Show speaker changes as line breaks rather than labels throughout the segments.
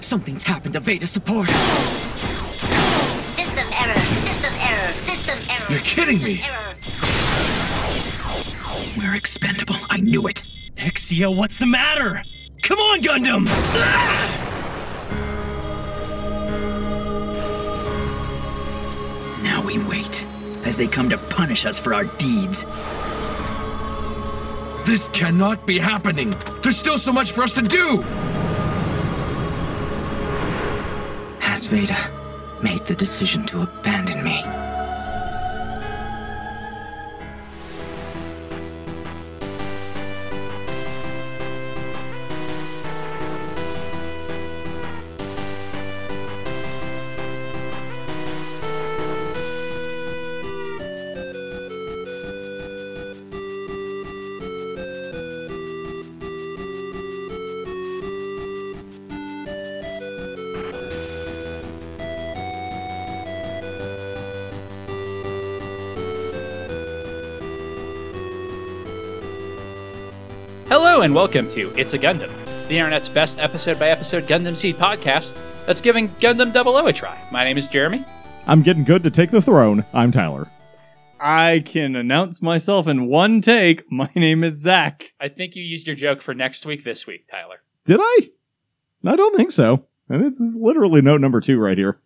Something's happened to Veda support.
System error. System error. System error.
You're kidding me.
System Error.
We're expendable. I knew it.
Exio, what's the matter? Come on, Gundam!
Now we wait as they come to punish us for our deeds.
This cannot be happening. There's still so much for us to do.
Has Veda made the decision to abandon me?
Hello and welcome to It's a Gundam, the internet's best episode by episode Gundam Seed podcast that's giving Gundam 00 a try. My name is Jeremy.
I'm getting good to take the throne. I'm Tyler.
I can announce myself in one take. My name is Zach.
I think you used your joke for next week this week, Tyler.
Did I? I don't think so. And this is literally note number two right here.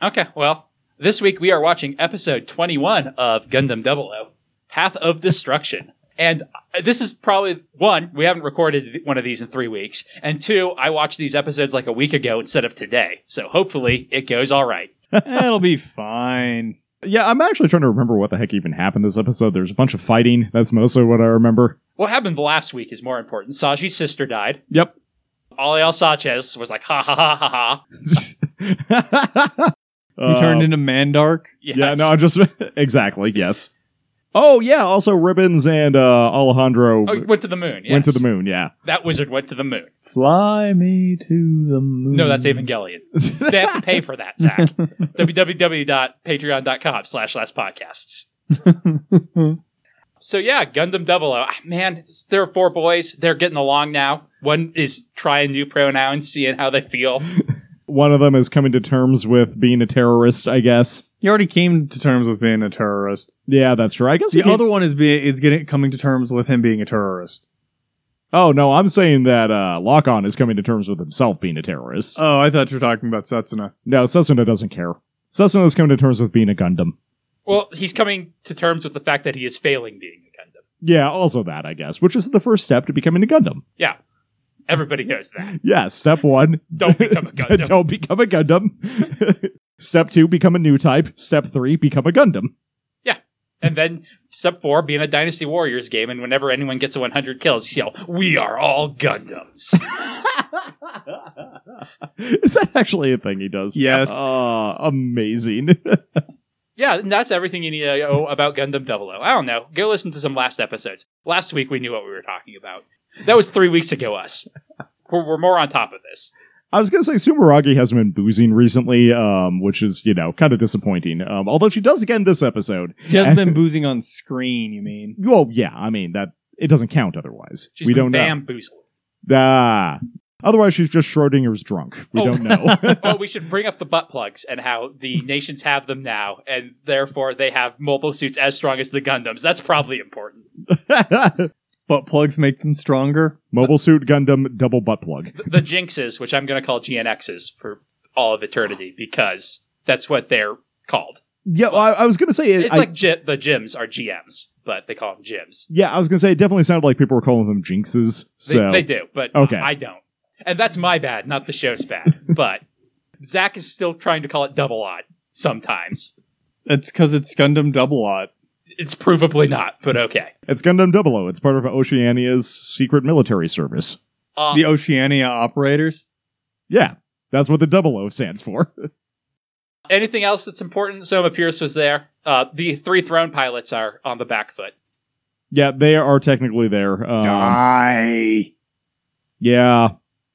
Okay, well, this week we are watching episode 21 of Gundam 00, Path of Destruction. And uh, this is probably one, we haven't recorded one of these in three weeks. And two, I watched these episodes like a week ago instead of today. So hopefully it goes all right.
It'll be fine.
Yeah, I'm actually trying to remember what the heck even happened this episode. There's a bunch of fighting. That's mostly what I remember.
What happened last week is more important. Saji's sister died.
Yep.
Aliel Sanchez was like, ha ha ha ha ha.
you
You turned into Mandark.
Yes.
Uh,
Oh,
Yeah, no, I'm just exactly, yes. Oh yeah, also ribbons and uh Alejandro
Oh, he went to the moon.
went to
yes.
the moon, yeah.
That wizard went to the moon.
Fly me to the moon.
No, that's
Mm.
Evangelion. they have to pay for that, Zach. www.patreon.com slash last podcasts. so yeah, Gundam 00. Ah, Man, there are four boys. They're getting along now. One is trying new pronouns, seeing how they feel.
One of them is coming to terms with being a terrorist, I guess.
You already came to terms with being a terrorist.
Yeah, that's true. I guess you
The
can't-
other one is being is getting coming to terms with him being a terrorist.
Oh no, I'm saying that uh Lock-On is coming to terms with himself being a terrorist.
Oh, I thought you were talking about Setsuna.
No, Sesuna doesn't care. Sesuna's coming to terms with being a Gundam.
Well, he's coming to terms with the fact that he is failing being a Gundam.
Yeah, also that, I guess, which is the first step to becoming a Gundam.
Yeah. Everybody knows that.
Yeah, step one.
Don't become a Gundam.
Don't become a Gundam. step two, become a new type. Step three, become a Gundam.
And then step four being a Dynasty Warriors game, and whenever anyone gets a 100 kills, you yell, "We are all Gundams."
Is that actually a thing he does?
Yes.
Ah, amazing.
yeah, and that's everything you need to know about Gundam 00. I don't know. Go listen to some last episodes. Last week we knew what we were talking about. That was three weeks ago. Us, we're, we're more on top of this.
I was gonna say Sumeragi hasn't been boozing recently, um, which is you know kind of disappointing. Um, although she does again this episode.
She hasn't been boozing on screen. You mean?
Well, yeah, I mean that it doesn't count otherwise.
She's
we
been
don't know.
bamboozled.
Ah. Otherwise, she's just Schrodinger's drunk. We
Oh.
don't know.
oh, we should bring up the butt plugs and how the nations have them now, and therefore they have mobile suits as strong as the Gundams. That's probably important.
Butt plugs make them stronger.
Mobile suit Gundam double butt plug.
The, the Jinxes, which I'm going to call GNXs for all of eternity, because that's what they're called.
Yeah, well, I, I was gonna say it,
It's
I-
like G- the gyms are GMs, but they call them gyms.
yeah, I was gonna say it definitely sounded like people were calling them jinxes.
They,
So
they do, but
Okay.
I don't. And that's my bad, not the show's bad. but Zach is still trying to call it double odd sometimes.
That's because it's Gundam Double Lot.
It's provably not, but okay.
it's Gundam Double O. It's part of Oceania's secret military service.
Uh,
The Oceania operators.
Yeah, that's what the Double O stands for.
anything else that's important? Soma Pierce was there. Uh, the three throne pilots are on the back foot.
yeah, they are technically there.
Ah.
Um,
Die.
yeah,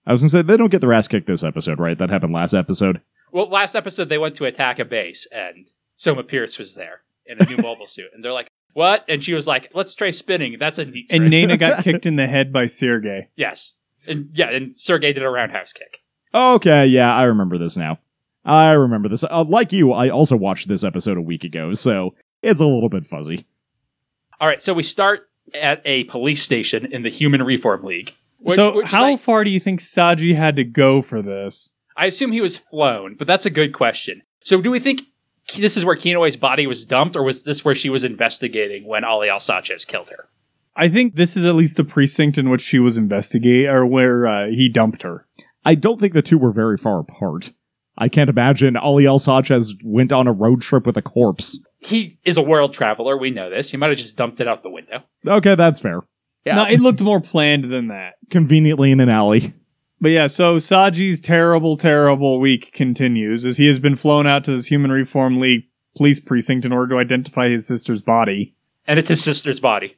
I was gonna say they don't get their ass kicked this episode, right? That happened last episode.
Well, last episode they went to attack a base, and Soma Pierce was there in a new mobile suit, and they're like, "What?" And she was like, "Let's try spinning. That's a neat."
And
trick."
Nana got kicked in the head by Sergey.
yes, and yeah, and Sergey did a roundhouse kick.
Okay, yeah, I remember this now. I remember this. Uh, like you, I also watched this episode a week ago, so it's a little bit fuzzy.
All right, so we start at a police station in the Human Reform League. which-
so,
which is
how
like-
far do you think Saji had to go for this?
I assume he was flown, but that's a good question. So, do we think this is where Kinoe's body was dumped, or was this where she was investigating when Ali Al Sanchez killed her?
I think this is at least the precinct in which she was investigating, or where uh, he dumped her.
I don't think the two were very far apart. I can't imagine Ali El Sanchez went on a road trip with a corpse.
He is a world traveler. We know this. He might have just dumped it out the window.
Okay, that's fair.
No, it looked more planned than that.
Conveniently in an alley.
But yeah, so Saji's terrible, terrible week continues as he has been flown out to this Human Reform League police precinct in order to identify his sister's body.
And it's his sister's body.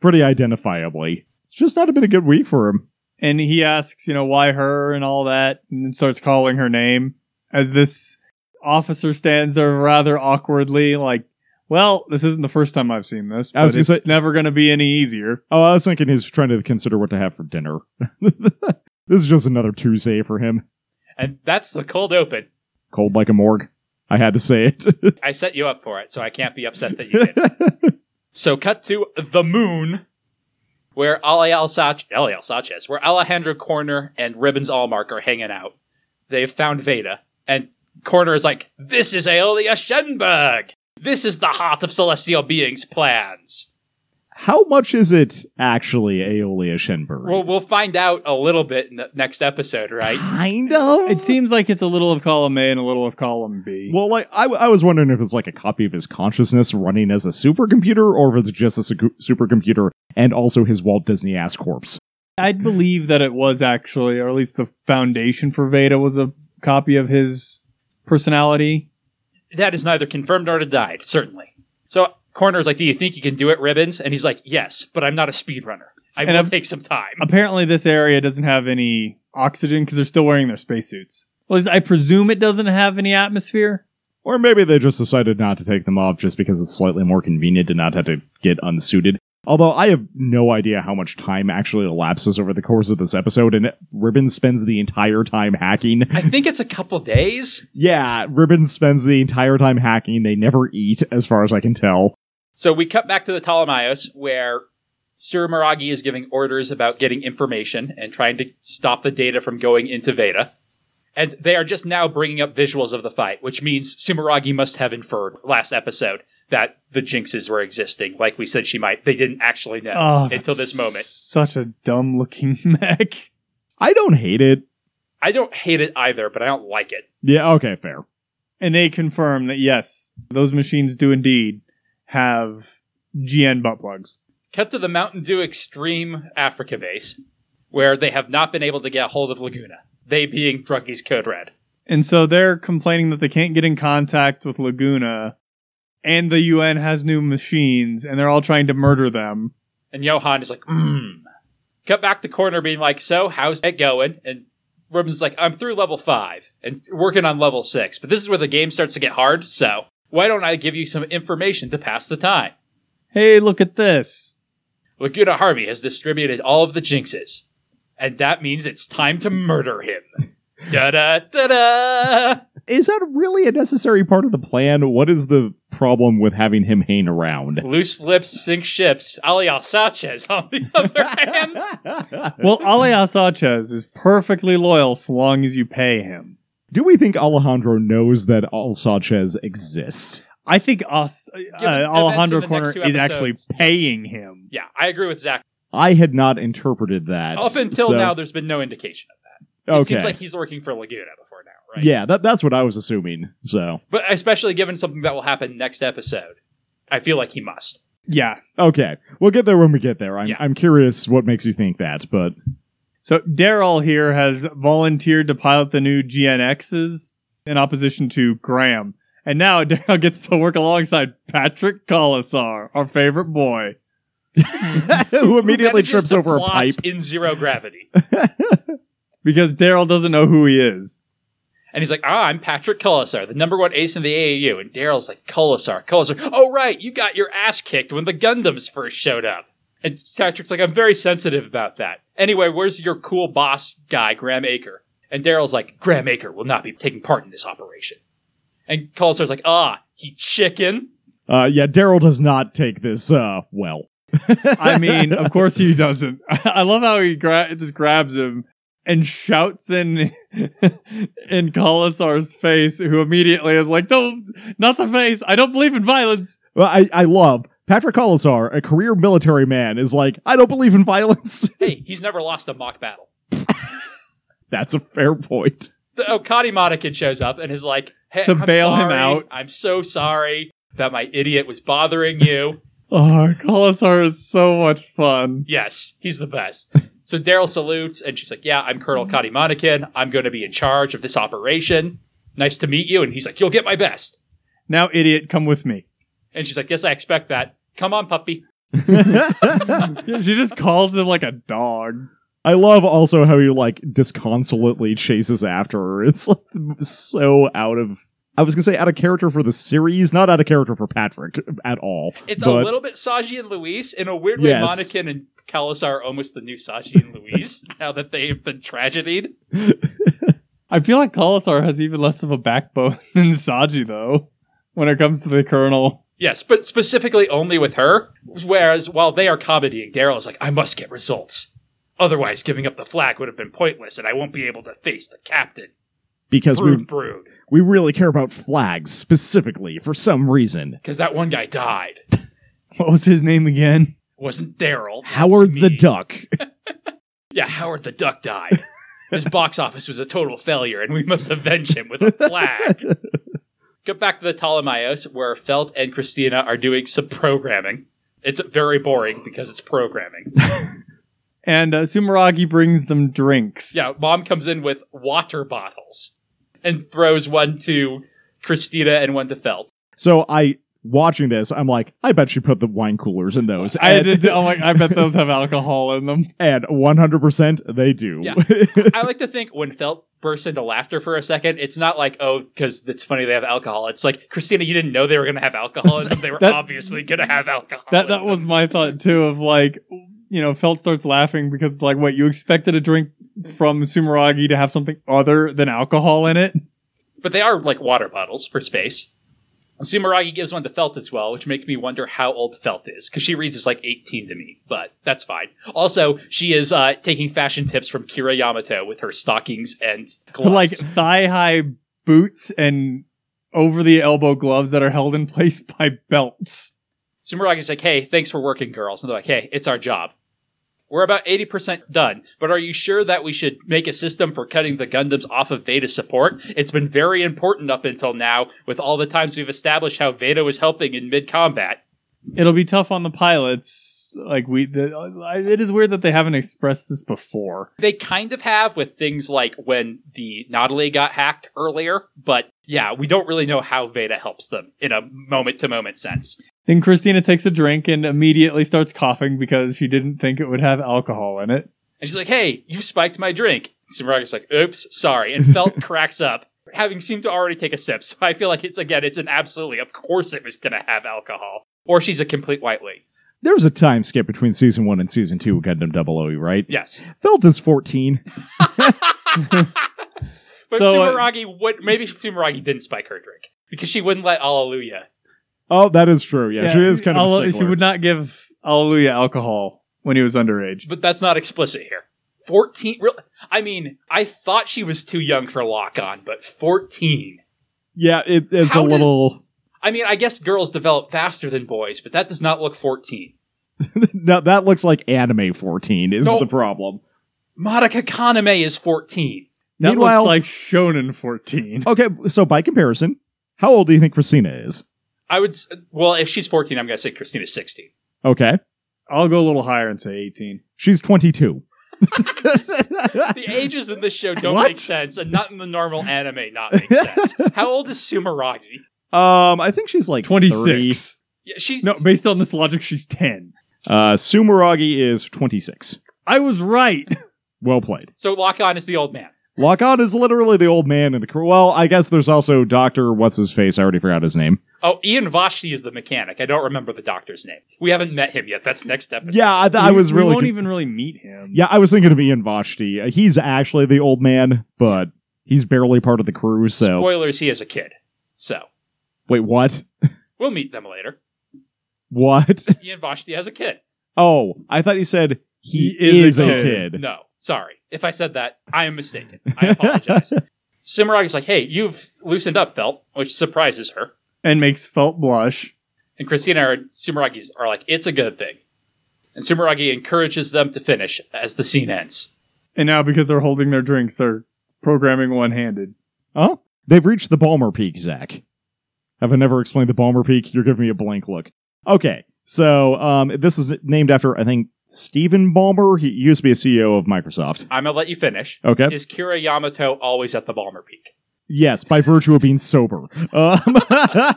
Pretty identifiably. It's just not been a good week for him.
And he asks, you know, why her and all that, and then starts calling her name as this officer stands there rather awkwardly, like, well, this isn't the first time I've seen this,
I was
but it's
gonna
never going to be any easier.
Oh, I was thinking he's trying to consider what to have for dinner. this is just another Tuesday for him.
And that's the cold open.
Cold like a morgue. I had to say it.
I set you up for it, so I can't be upset that you did. so cut to the moon, where Ali Al Sach- Ali Al Sanchez, where Alejandro Corner and Ribbons Allmark are hanging out. They've found Veda, and Corner is like, "This is Aeolia Schenberg. This is the heart of celestial beings' plans."
How much is it actually Aeolia Shenberg?
Well, we'll find out a little bit in the next episode, right?
kind of.
It seems like it's a little of column A and a little of column B.
Well, like I, I was wondering if it's like a copy of his consciousness running as a supercomputer, or if it's just a su- supercomputer and also his Walt Disney ass corpse.
I'd believe that it was actually, or at least the foundation for Veda was a copy of his personality.
that is neither confirmed nor denied, certainly. So Corner's like, "Do you think you can do it, Ribbons?" And he's like, "Yes, but I'm not a speedrunner. I
And
will
I'm-
take some time."
Apparently, this area doesn't have any oxygen because they're still wearing their spacesuits. Well, at least I presume it doesn't have any atmosphere.
Or maybe they just decided not to take them off just because it's slightly more convenient to not have to get unsuited. Although I have no idea how much time actually elapses over the course of this episode, and Ribbon spends the entire time hacking.
I think it's a couple days.
Yeah, Ribbon spends the entire time hacking. They never eat, as far as I can tell.
So we cut back to the Ptolemaios where Sir Miragi is giving orders about getting information and trying to stop the data from going into Veda. And they are just now bringing up visuals of the fight, which means Sumeragi must have inferred last episode that the jinxes were existing, like we said she might. They didn't actually know
Oh,
until
that's
this moment.
Such a dumb looking mech.
I don't hate it.
I don't hate it either, but I don't like it.
Yeah, okay, fair.
And they confirm that yes, those machines do indeed have GN butt plugs.
Cut to the Mountain Dew Extreme Africa base, where they have not been able to get hold of Laguna, they being Druggies Code Red.
And so they're complaining that they can't get in contact with Laguna and the UN has new machines and they're all trying to murder them.
And Johan is like, mmm. Cut back to corner being like, so how's that going? And Ruben's like, I'm through level five and working on level six, but this is where the game starts to get hard, so why don't I give you some information to pass the time?
Hey, look at this.
Laguna Harvey has distributed all of the jinxes, and that means it's time to murder him. da da da da!
is that really a necessary part of the plan? What is the problem with having him hang around?
Loose lips sink ships. Ali Al Sanchez, on the other hand.
Well, Alea Sanchez is perfectly loyal so long as you pay him.
Do we think Alejandro knows that Al Sanchez exists?
I think us, uh,
events in
Alejandro
the next
Corner
two
is actually
episodes.
paying him.
Yeah, I agree with Zach.
I had not interpreted that
Up until
so-
now, there's been no indication of that. It
Okay,
seems like he's working for Laguna before now, right?
yeah, that, that's what I was assuming. So
But especially given something that will happen next episode, I feel like he must.
Yeah.
okay, we'll get there when we get there. I'm
Yeah.
I'm curious what makes you think that, but
So Daryl here has volunteered to pilot the new GNXs in opposition to Graham. And now Daryl gets to work alongside Patrick Colasar, our favorite boy.
who immediately
Manages
trips
the
over a
plots
pipe?
in zero gravity.
Because Daryl doesn't know who he is.
And he's like, ah, I'm Patrick Colasar, the number one ace in the AAU. And Daryl's like, Colasar, Colasar. Oh, right, you got your ass kicked when the Gundams first showed up. And Patrick's like, I'm very sensitive about that. Anyway, where's your cool boss guy, Graham Aker? And Daryl's like, Graham Aker will not be taking part in this operation. And Colasar's like, ah, he chicken.
Uh, yeah, Daryl does not take this uh, well.
I mean, of course he doesn't. I love how he gra- just grabs him and shouts in in Colasar's face, who immediately is like, "No, not the face! I don't believe in violence."
Well, I, I love Patrick Colasar, a career military man, is like, I don't believe in violence.
Hey, he's never lost a mock battle.
That's a fair point.
The, oh, Cody Monikin shows up and is like, hey,
To
I'm
bail him
sorry.
out.
I'm so sorry that my idiot was bothering you.
Oh, Colasar is so much fun.
Yes, he's the best. So Daryl salutes, and she's like, "Yeah, I'm Colonel Cody Monikin. I'm going to be in charge of this operation. Nice to meet you." And he's like, "You'll get my best."
Now, idiot, come with me.
And she's like, "Yes, I expect that. Come on, puppy."
She just calls him like a dog.
I love also how he like disconsolately chases after her. It's like so out of I was gonna say out of character for the series, not out of character for Patrick at all.
It's
but
a little bit Saji and Luis in a weird way.
Yes.
Monikin and Kalasar are almost the new Saji and Luis now that they've been tragedied.
I feel like Colasar has even less of a backbone than Saji, though, when it comes to the Colonel.
Yes, but specifically only with her. Whereas while they are comedying, Daryl is like, I must get results. Otherwise, giving up the flag would have been pointless, and I won't be able to face the captain.
because we
Brood, brood.
we really care about flags specifically for some reason.
Because that one guy died.
What was his name again?
Wasn't Daryl. that's
Howard the
me.
Duck.
Yeah, Howard the Duck died. His box office was a total failure, and we must avenge him with a flag. Get back to the Ptolemaios, where Felt and Christina are doing some programming. It's very boring because it's programming.
And uh, Sumeragi brings them drinks.
Yeah, mom comes in with water bottles and throws one to Christina and one to Felt.
So I watching this, I'm like, I bet she put the wine coolers in those.
I
and,
did. I'm like, I bet those have alcohol in them.
and 100% they do.
Yeah. I like to think when Felt bursts into laughter for a second, it's not like, oh, because it's funny they have alcohol. It's like, Christina, you didn't know they were going to have alcohol, and they were
That-
obviously going to have alcohol.
That that was my thought too. Of like, you know, Felt starts laughing because it's like, wait, you expected a drink from Sumeragi to have something other than alcohol in it?
But they are like water bottles for space. Sumeragi gives one to Felt as well, which makes me wonder how old Felt is, because she reads as like 18 to me, but that's fine. Also, she is uh, taking fashion tips from Kira Yamato with her stockings and gloves.
Like thigh high boots and over the elbow gloves that are held in place by belts.
Sumeragi's like, hey, thanks for working, girls. And they're like, hey, it's our job. We're about 80% done, but are you sure that we should make a system for cutting the Gundams off of Veda's support? It's been very important up until now, with all the times we've established how Veda was helping in mid combat.
It'll be tough on the pilots. Like we, the, I- it is weird that they haven't expressed this before.
They kind of have with things like when the Nautilus got hacked earlier, but yeah, we don't really know how Veda helps them in a moment to moment sense.
Then Christina takes a drink and immediately starts coughing because she didn't think it would have alcohol in it.
And she's like, hey, you spiked my drink. Sumeragi's like, oops, sorry. And Felt cracks up, having seemed to already take a sip. So I feel like it's, again, it's an absolutely, of course it was going to have alcohol. Or she's a complete white wing.
There was a time skip between season 1 and season 2 of Gundam 00, right?
Yes.
Felt is 14.
But
So, uh,
Sumeragi would, maybe Sumeragi didn't spike her drink because she wouldn't let Alleluia.
Oh, that is true. Yeah, she is kind of
Alle-
a
She
stickler.
would not give Alleluia alcohol when he was underage.
But that's not explicit here. 14, real, I mean, I thought she was too young for lock on, but 14.
Yeah, it, it's
How
a
does-
little
I mean, I guess girls develop faster than boys, but that does not look 14.
No, that looks like anime 14 is
No.
the problem.
Monica Kaname is 14.
That
Meanwhile-
looks like Shonen 14.
Okay, so by comparison, how old do you think Christina is?
I would. s- Well, if she's 14, I'm going to say Christina's 16.
Okay.
I'll go a little higher and say 18.
She's 22.
The ages in this show don't
What?
make sense, and not in the normal anime not make sense. How old is Sumeragi?
Um, I think she's like
26.
30.
Yeah, she's
No, based on this logic, she's 10.
Uh, Sumeragi is 26.
I was right.
Well played.
so Lock On is the old man.
Lock on is literally the old man in the crew. Well, I guess there's also Doctor What's his face. I already forgot his name.
Oh, Ian Vashti is the mechanic. I don't remember the doctor's name. We haven't met him yet. That's next episode.
Yeah, I, th- I
We-
was
We
really.
won't
con-
even really meet him.
yeah, I was thinking of Ian Vashti. Uh, He's actually the old man, but he's barely part of the crew. So
Spoilers, he is a kid. So
wait, what?
we'll meet them later.
What?
Ian Vashti has a kid.
Oh, I thought he said he,
He
is,
is a
a
kid.
kid.
No, sorry. If I said that, I am mistaken. I apologize. Simrog is like, hey, you've loosened up, Felt, which surprises her.
And makes Felt blush.
And Christina and Sumeragi are like, it's a good thing. And Sumeragi encourages them to finish as the scene ends.
And now because they're holding their drinks, they're programming one handed.
Huh? They've reached the Balmer Peak, Zach. Have I never explained the Balmer Peak? You're giving me a blank look. Okay, so um, this is named after, I think, Stephen Balmer. He used to be a CEO of Microsoft.
I'm going to let you finish.
Okay.
Is Kira Yamato always at the Balmer Peak?
Yes, by virtue of being sober. Um,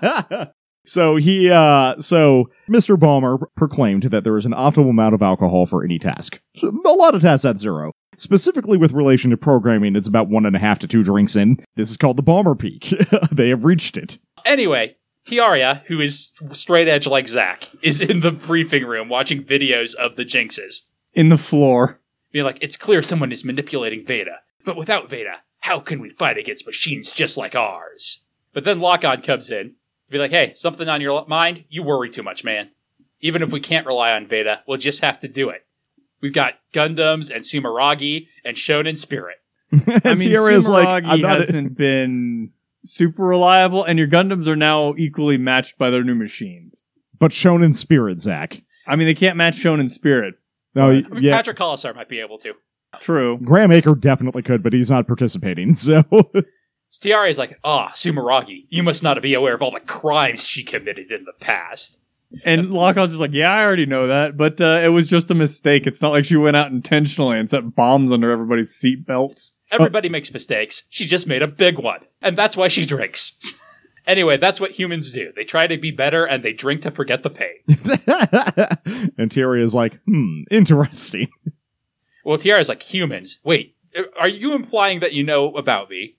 so he, uh, so Mr. Balmer proclaimed that there is an optimal amount of alcohol for any task. So a lot of tasks at zero. Specifically with relation to programming, it's about one and a half to two drinks in. This is called the Balmer Peak. they have reached it.
Anyway, Tiaria, who is straight edge like Zach, is in the briefing room watching videos of the Jinxes,
In the floor.
being like, it's clear someone is manipulating Veda. But without Veda, how can we fight against machines just like ours? But then Lock-On comes in, be like, hey, something on your mind? You worry too much, man. Even if we can't rely on Veda, we'll just have to do it. We've got Gundams and Sumeragi and Shonen Spirit.
I
And
mean,
Tiara is like,
Sumeragi
I'm not.
hasn't been super reliable, and your Gundams are now equally matched by their new machines.
But shown in spirit, Zach.
I mean, they can't match Shonen Spirit.
No,
Right.
I mean,
yeah.
Patrick Colasar might be able to.
True.
Graham Aker definitely could, but he's not participating. So,
Tiara is like, ah, Sumeragi, you must not be aware of all the crimes she committed in the past.
And Lockout's just like, yeah, I already know that, but uh, it was just a mistake. It's not like she went out intentionally and set bombs under everybody's seatbelts.
Everybody makes mistakes. She just made a big one. And that's why she drinks. anyway, that's what humans do. They try to be better and they drink to forget the pain.
and Tiara is like, hmm, interesting.
well, Tiara's like, humans, wait, are you implying that you know about me?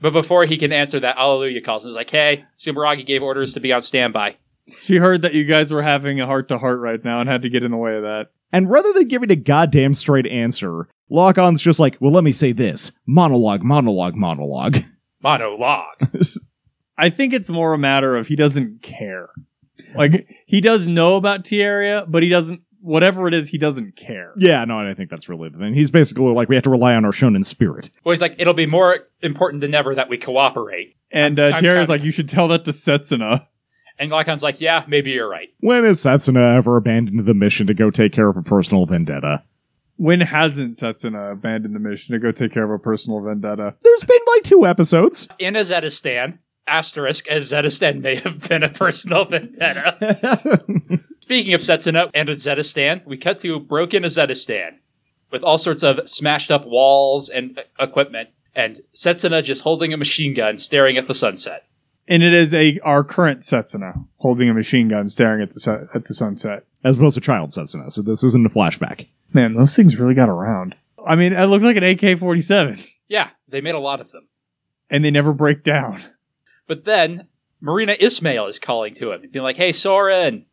But before he can answer that, Alleluia calls and is like, hey, Sumeragi gave orders to be on standby.
She heard that you guys were having a heart to heart right now and had to get in the way of that.
And rather than giving a goddamn straight answer, Lock On's just like, well, let me say this monologue, monologue, monologue.
Monologue.
I think it's more a matter of he doesn't care. Like he does know about Tiaria, but he doesn't. Whatever it is, he doesn't care.
yeah, no, and I think that's really the thing. He's basically like, we have to rely on our shonen spirit.
well, he's like, it'll be more important than ever that we cooperate.
And
I'm-
uh,
I'm
Tiaria's
kinda-
like, you should tell that to Setsuna.
And Glaucon's like, yeah, maybe you're right.
When has Setsuna ever abandoned the mission to go take care of a personal vendetta?
When hasn't Setsuna abandoned the mission to go take care of a personal vendetta?
There's been like two episodes.
In a Zetistan, asterisk, as Zetistan may have been a personal vendetta. Speaking of Setsuna and Azetistan, we cut to broken Azetistan with all sorts of smashed up walls and uh, equipment, and Setsuna just holding a machine gun staring at the sunset.
And it is a our current Setsuna holding a machine gun, staring at the su- at the sunset.
As well as a child Setsuna, so this isn't a flashback.
Man, those things really got around. I mean, it looks like an AK forty seven,
Yeah, they made a lot of them.
and they never break down.
But then Marina Ismail is calling to him and being like, hey, Soren.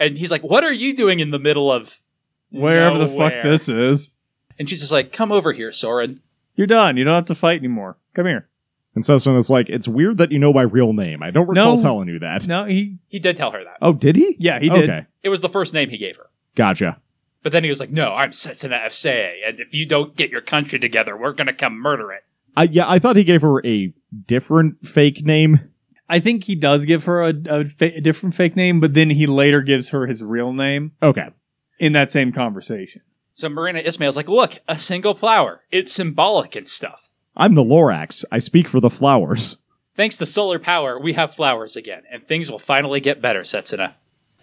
And he's like, what are you doing in the middle of.
Wherever the fuck
Nowhere.
this is,
And she's just like, come over here, Soren.
you're done. You don't have to fight anymore. Come here.
And Setsuna's like, it's weird that you know my real name. I don't recall
No.
telling you that.
No, he.
He did tell her that.
Oh, did he?
Yeah, he did.
Okay,
It was the first name he gave her.
gotcha.
But then he was like, no, I'm Setsuna FSA, and if you don't get your country together, we're going to come murder it.
I, yeah, I thought he gave her a different fake name.
I think he does give her a, a, fa- a different fake name, but then he later gives her his real name
Okay.
in that same conversation.
So Marina Ismail's like, look, a single flower. It's symbolic and stuff.
I'm the Lorax. I speak for the flowers.
Thanks to solar power, we have flowers again, and things will finally get better, Setsuna.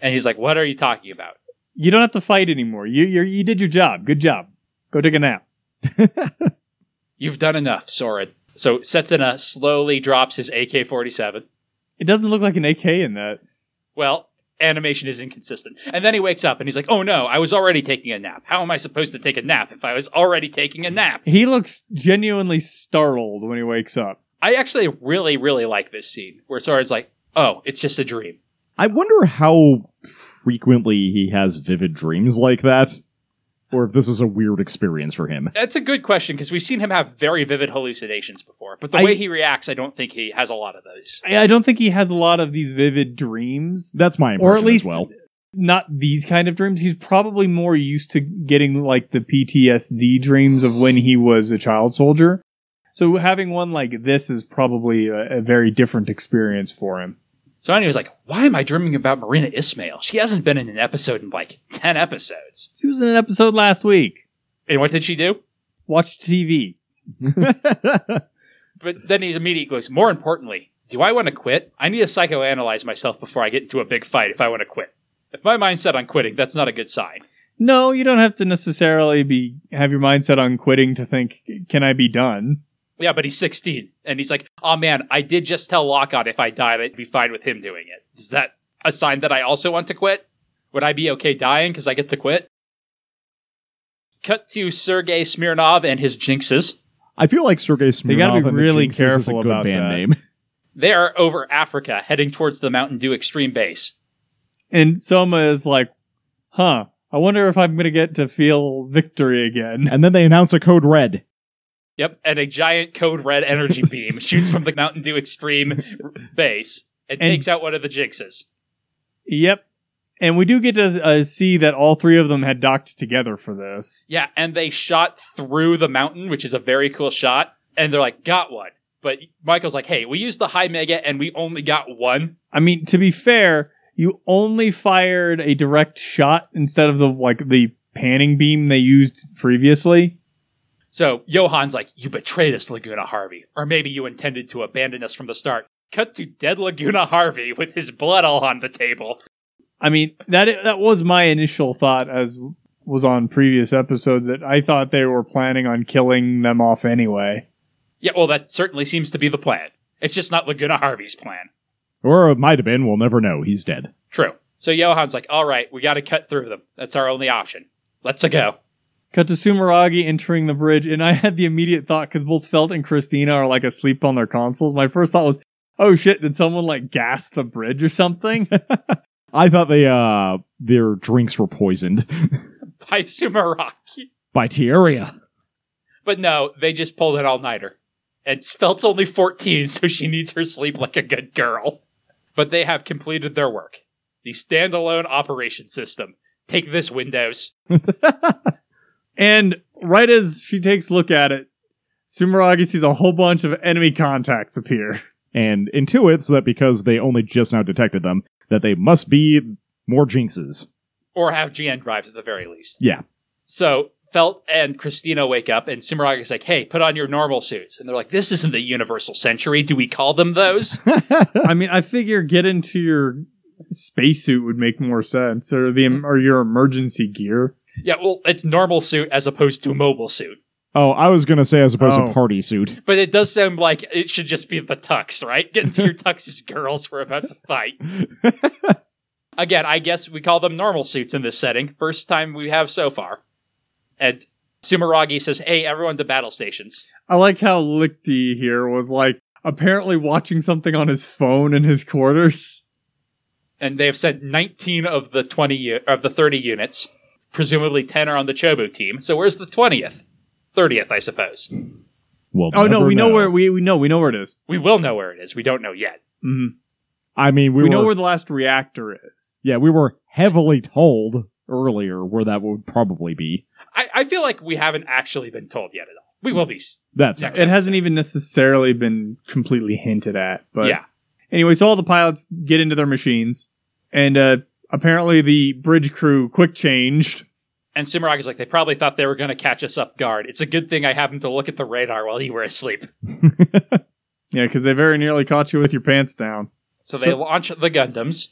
And he's like, what are you talking about?
You don't have to fight anymore. You you're, you did your job. Good job. Go take a nap.
You've done enough, Soren. So Setsuna slowly drops his AK 47.
It doesn't look like an AK in that.
Well, animation is inconsistent. And then he wakes up and he's like, oh no, I was already taking a nap. How am I supposed to take a nap if I was already taking a nap?
He looks genuinely startled when he wakes up.
I actually really, really like this scene where Sora's like, oh, it's just a dream.
I wonder how frequently he has vivid dreams like that, or if this is a weird experience for him.
That's a good question because we've seen him have very vivid hallucinations before, but the
I-
way he reacts, I don't think he has a lot of those.
I, I don't think he has a lot of these vivid dreams,
That's my impression
or at least
as well.
not these kind of dreams. He's probably more used to getting like the PTSD dreams of when he was a child soldier. So having one like this is probably a, a very different experience for him.
So anyway, was like, why am I dreaming about Marina Ismail? She hasn't been in an episode in like 10 episodes.
He was in an episode last week.
And what did she do?
Watch TV.
But then he immediately goes, more importantly, do I want to quit? I need to psychoanalyze myself before I get into a big fight if I want to quit. If my mind's set on quitting, that's not a good sign.
No, you don't have to necessarily be have your mindset on quitting to think, can I be done?
Yeah, but he's 16, and he's like, oh man, I did just tell Lockhart if I died, I'd be fine with him doing it. Is that a sign that I also want to quit? Would I be okay dying because I get to quit? Cut to Sergei Smirnov and his jinxes.
I feel like Sergei Smirnov.
gotta be
and the
really
Jinxes is a
careful
good
about
band
that.
name.
They are over Africa, heading towards the Mountain Dew Extreme Base.
And Soma is like, huh, I wonder if I'm going to get to feel victory again.
And then they announce a code red.
Yep, and a giant code red energy beam shoots from the Mountain Dew Extreme r- base and,
And-
takes out one of the jinxes.
Yep. And we do get to uh, see that all three of them had docked together for this.
Yeah, and they shot through the mountain, which is a very cool shot. And they're like, got one. But Michael's like, hey, we used the high mega and we only got one.
I mean, to be fair, you only fired a direct shot instead of the like the panning beam they used previously.
So Johan's like, you betrayed us, Laguna Harvey. Or maybe you intended to abandon us from the start. Cut to dead Laguna Harvey with his blood all on the table.
I mean, that that was my initial thought as was on previous episodes that I thought they were planning on killing them off anyway.
Yeah, well, that certainly seems to be the plan. It's just not Laguna Harvey's plan.
Or it might have been, we'll never know. He's dead.
True. So Johan's like, all right, we got to cut through them. That's our only option. Let's a go.
Cut to Sumeragi entering the bridge, and I had the immediate thought because both Felt and Christina are like asleep on their consoles. My first thought was, "Oh shit, did someone like gas the bridge or something?"
I thought they uh their drinks were poisoned
By Sumeraki.
by Tieria.
But no, they just pulled an all nighter. And Felt's only 14, so she needs her sleep like a good girl. But they have completed their work. The standalone operation system. Take this, Windows.
And right as she takes a look at it, Sumeragi sees a whole bunch of enemy contacts appear.
And intuits that because they only just now detected them, that they must be more jinxes.
Or have GN drives at the very least.
Yeah.
So Felt and Christina wake up, and Sumeragi's like, hey, put on your normal suits. And they're like, this isn't the Universal Century. Do we call them those?
I mean, I figure get into your spacesuit would make more sense, or the or your emergency gear.
yeah, well, it's normal suit as opposed to mobile suit.
Oh, I was gonna say as opposed
Oh.
to party suit.
But it does sound like it should just be the tux, right? Get into your tuxes, girls. We're about to fight. Again, I guess we call them normal suits in this setting. First time we have so far. And Sumeragi says, hey, everyone to battle stations.
I like how Lichty here was like apparently watching something on his phone in his quarters.
And they have sent 19 of the 20 u- of the 30 units. Presumably 10 are on the Chobu team. So where's the 20th? 30th, I suppose.
Well,
Oh no,
never
we know where we we know we know where it is.
We will know where it is. We don't know yet.
Mhm.
I mean we,
We
were,
know where the last reactor is.
Yeah, we were heavily told earlier where that would probably be.
I, I feel like we haven't actually been told yet at all. We will be. s-
That's
Next.
It hasn't even necessarily been completely hinted at, but
yeah.
Anyway, so all the pilots get into their machines, and uh, apparently the bridge crew quick changed.
And Simaragi's like, they probably thought they were going to catch us up guard. It's a good thing I happened to look at the radar while you were asleep.
Yeah, because they very nearly caught you with your pants down.
So they launch the Gundams.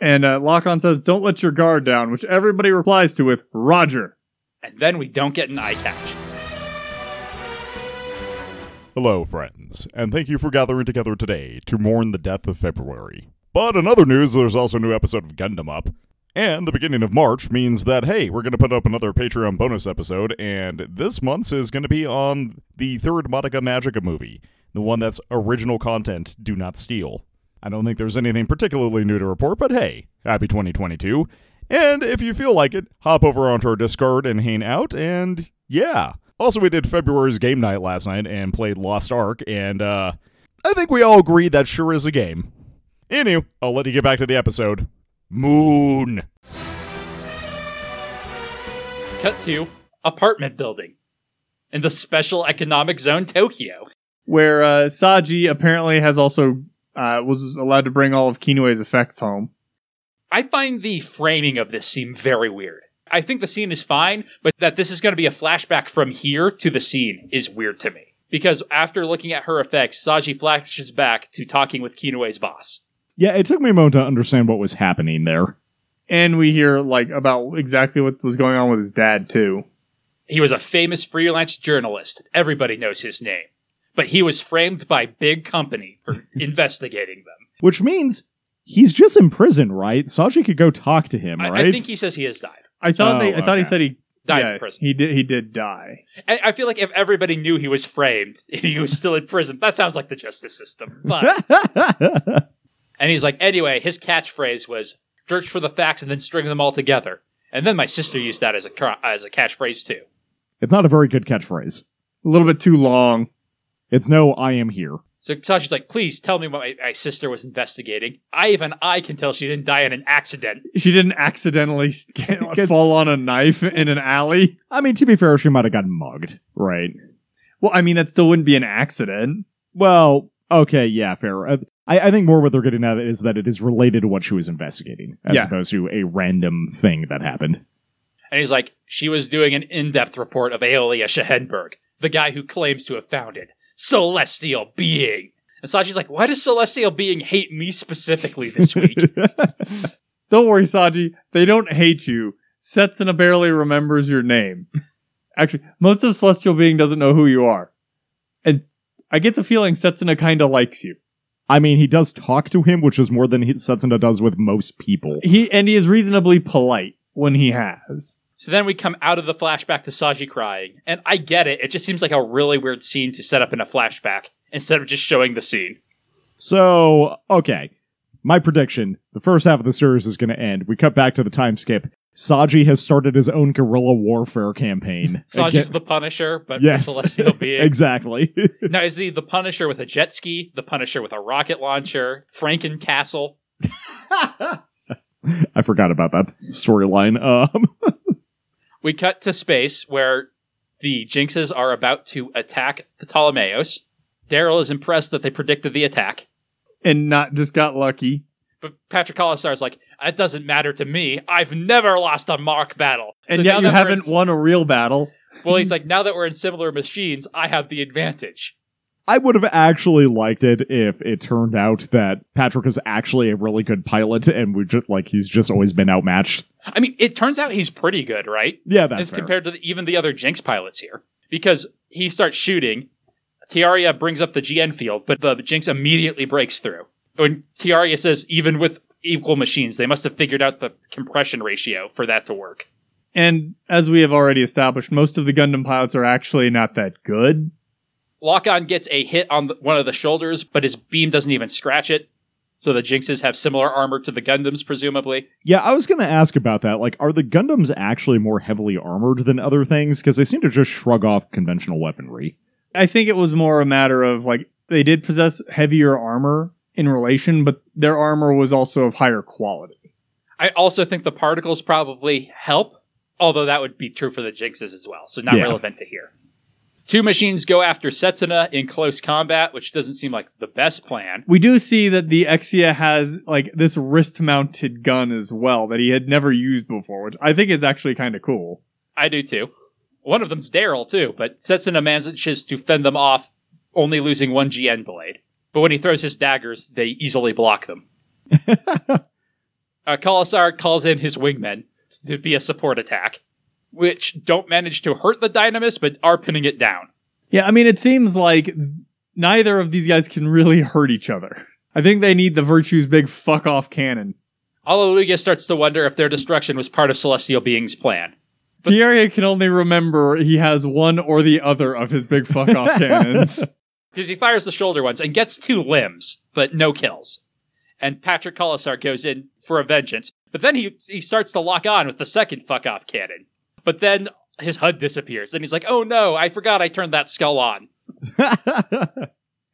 And uh, Lock-On says, "Don't let your guard down," which everybody replies to with "Roger."
And then we don't get an eye catch.
Hello, friends, and thank you for gathering together today to mourn the death of February. But in other news, there's also a new episode of Gundam Up. And the beginning of March means that, hey, we're going to put up another Patreon bonus episode, and this month's is going to be on the third Monica Magica movie, the one that's original content, Do Not Steal. I don't think there's anything particularly new to report, but hey, happy 2022. And if you feel like it, hop over onto our Discord and hang out, and yeah. Also, we did February's game night last night and played Lost Ark, and uh, I think we all agree that sure is a game. Anywho, I'll let you get back to the episode. Moon.
Cut to apartment building in the special economic zone Tokyo.
where uh, Saji apparently has also uh, was allowed to bring all of Kinue's effects home.
I find the framing of this scene very weird. I think the scene is fine, but that this is going to be a flashback from here to the scene is weird to me. Because after looking at her effects, Saji flashes back to talking with Kinue's boss.
Yeah, it took me a moment to understand what was happening there.
And we hear like about exactly what was going on with his dad too.
He was a famous freelance journalist. Everybody knows his name. But he was framed by big company for investigating them.
Which means he's just in prison, right? Saji could go talk to him,
I-
right?
I, think he says he has died.
I thought
Oh,
they, I thought he
okay.
said he
Died
yeah,
in prison.
He did he did die.
I, I feel like if everybody knew he was framed and he was still in prison, that sounds like the justice system. But and he's like, anyway, his catchphrase was "search for the facts and then string them all together." And then my sister used that as a cr- as a catchphrase too.
it's not a very good catchphrase.
A little bit too long.
It's no, I am here.
So Sasha's like, please tell me what my, my sister was investigating. I even I can tell she didn't die in an accident.
She didn't accidentally get,
Gets-
fall on a knife in an alley.
I mean, to be fair, she might have gotten mugged, right?
Well, I mean that still wouldn't be an accident.
Well, okay, yeah, fair. Uh, I, I think more what they're getting at is that it is related to what she was investigating, as
Yeah.
opposed to a random thing that happened.
And he's like, she was doing an in-depth report of Aeolia Schehenberg, the guy who claims to have founded Celestial Being. And Sasha's like, why does Celestial Being hate me specifically this week?
Don't worry, Saji. They don't hate you. Setsuna barely remembers your name. Actually, most of Celestial Being doesn't know who you are. And I get the feeling Setsuna kind of likes you.
I mean, he does talk to him, which is more than he, Setsuna does with most people.
He and he is reasonably polite when he has.
So then we come out of the flashback to Saji crying, and I get it. It just seems like a really weird scene to set up in a flashback instead of just showing the scene.
So, okay. My prediction the first half of the series is going to end. We cut back to the time skip. Saji has started his own guerrilla warfare campaign.
Saji's
Again-
the Punisher, but for
Yes.
celestial being.
exactly.
Now is he the Punisher with a jet ski? The Punisher with a rocket launcher? Franken Castle?
I forgot about that storyline. Um,
We cut to space where the Jinxes are about to attack the Ptolemaeos. Daryl is impressed that they predicted the attack,
And not just got lucky.
but Patrick Colasar is like, "It doesn't matter to me. I've never lost a mark battle."
And
So now
yet you
that we're in-
haven't won a real battle.
Well, he's like, now that we're in similar machines, I have the advantage.
I would have actually liked it if it turned out that Patrick is actually a really good pilot and we just, like, he's just always been outmatched.
I mean, it turns out he's pretty good, right?
Yeah, that's
As
fair.
compared to the, even the other Jinx pilots here, because he starts shooting. Tiaria brings up the GN field, but the Jinx immediately breaks through. When Tiaria says, even with equal machines, they must have figured out the compression ratio for that to work.
And as we have already established, most of the Gundam pilots are actually not that good.
Lock-On gets a hit on the- one of the shoulders, but his beam doesn't even scratch it. So the Jinxes have similar armor to the Gundams, presumably.
Yeah, I was going to ask about that. Like, are the Gundams actually more heavily armored than other things? Because they seem to just shrug off conventional weaponry.
I think it was more a matter of like they did possess heavier armor in relation, but their armor was also of higher quality.
I also think the particles probably help, although that would be true for the Jinxes as well, so not
Yeah.
relevant to here. Two machines go after Setsuna in close combat, which doesn't seem like the best plan.
We do see that the Exia has like this wrist mounted gun as well that he had never used before, which I think is actually kind of cool.
I do too. One of them's Daryl too, but Setsuna manages to fend them off, only losing one GN blade. But when he throws his daggers, they easily block them. uh, Kalasar calls in his wingmen to be a support attack, which don't manage to hurt the Dynamis, but are pinning it down.
Yeah, I mean, it seems like neither of these guys can really hurt each other. I think they need the Virtue's big fuck off cannon.
Alleluia starts to wonder if their destruction was part of Celestial Being's plan.
Thierry can only remember he has one or the other of his big fuck off cannons.
Because he fires the shoulder ones and gets two limbs, but no kills. And Patrick Colasar goes in for a vengeance. But then he, he starts to lock on with the second fuck off cannon. But then his HUD disappears. And he's like, oh no, I forgot I turned that skull on.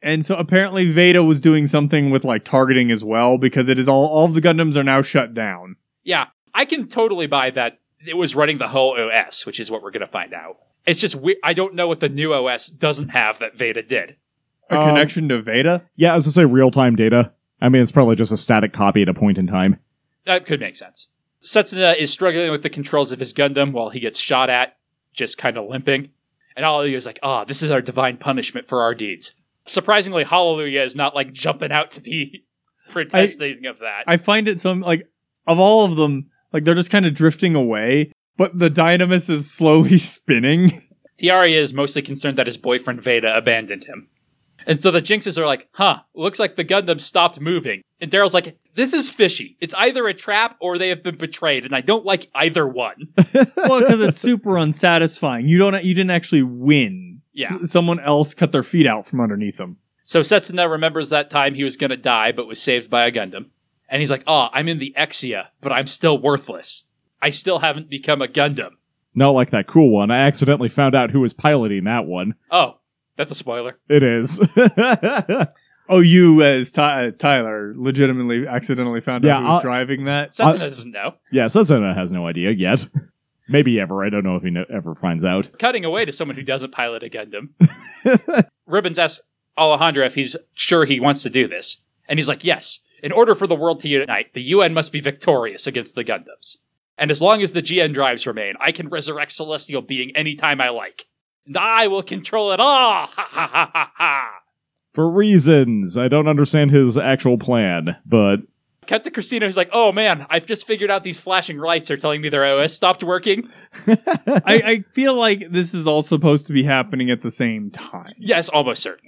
And so apparently Veda was doing something with like targeting as well because it is all all of the Gundams are now shut down.
Yeah, I can totally buy that it was running the whole OS, which is what we're going to find out. It's just, we- I don't know what the new OS doesn't have that Veda did.
A
Um,
connection to Veda?
Yeah, as I say, real time data. I mean, it's probably just a static copy at a point in time.
That could make sense. Setsuna is struggling with the controls of his Gundam while he gets shot at, just kind of limping. And Hallelujah is like, ah, this is our divine punishment for our deeds. Surprisingly, Hallelujah is not like jumping out to be protesting of that.
I find it some like of all of them, like they're just kind of drifting away, but the dynamis is slowly spinning.
Tiari is mostly concerned that his boyfriend Veda abandoned him. And so the Jinxes are like, huh, looks like the Gundam stopped moving. And Daryl's like, this is fishy. It's either a trap or they have been betrayed, and I don't like either one.
well, because it's super unsatisfying. You don't you didn't actually win.
Yeah.
S- someone else cut their feet out from underneath them.
So Setsuna remembers that time he was going to die, but was saved by a Gundam. And he's like, oh, I'm in the Exia, but I'm still worthless. I still haven't become a Gundam.
Not like that cool one. I accidentally found out who was piloting that one.
Oh, that's a spoiler.
It is.
Oh, you as Ty- uh, Tyler legitimately accidentally found
Yeah,
out who was
I'll-
driving that.
Setsuna doesn't know.
yeah, Setsuna has no idea yet. Maybe ever. I don't know if he no- ever finds out.
Cutting away to someone who doesn't pilot a Gundam. Ribbons asks Alejandro if he's sure he wants to do this. And he's like, yes. In order for the world to unite, the UN must be victorious against the Gundams. And as long as the GN drives remain, I can resurrect Celestial Being anytime I like. And I will control it all! Ha ha ha ha ha!
For reasons. I don't understand his actual plan, but
Cut to Christina, who's like, oh man, I've just figured out these flashing lights are telling me their OS stopped working.
I, I feel like this is all supposed to be happening at the same time.
Yes, almost certainly.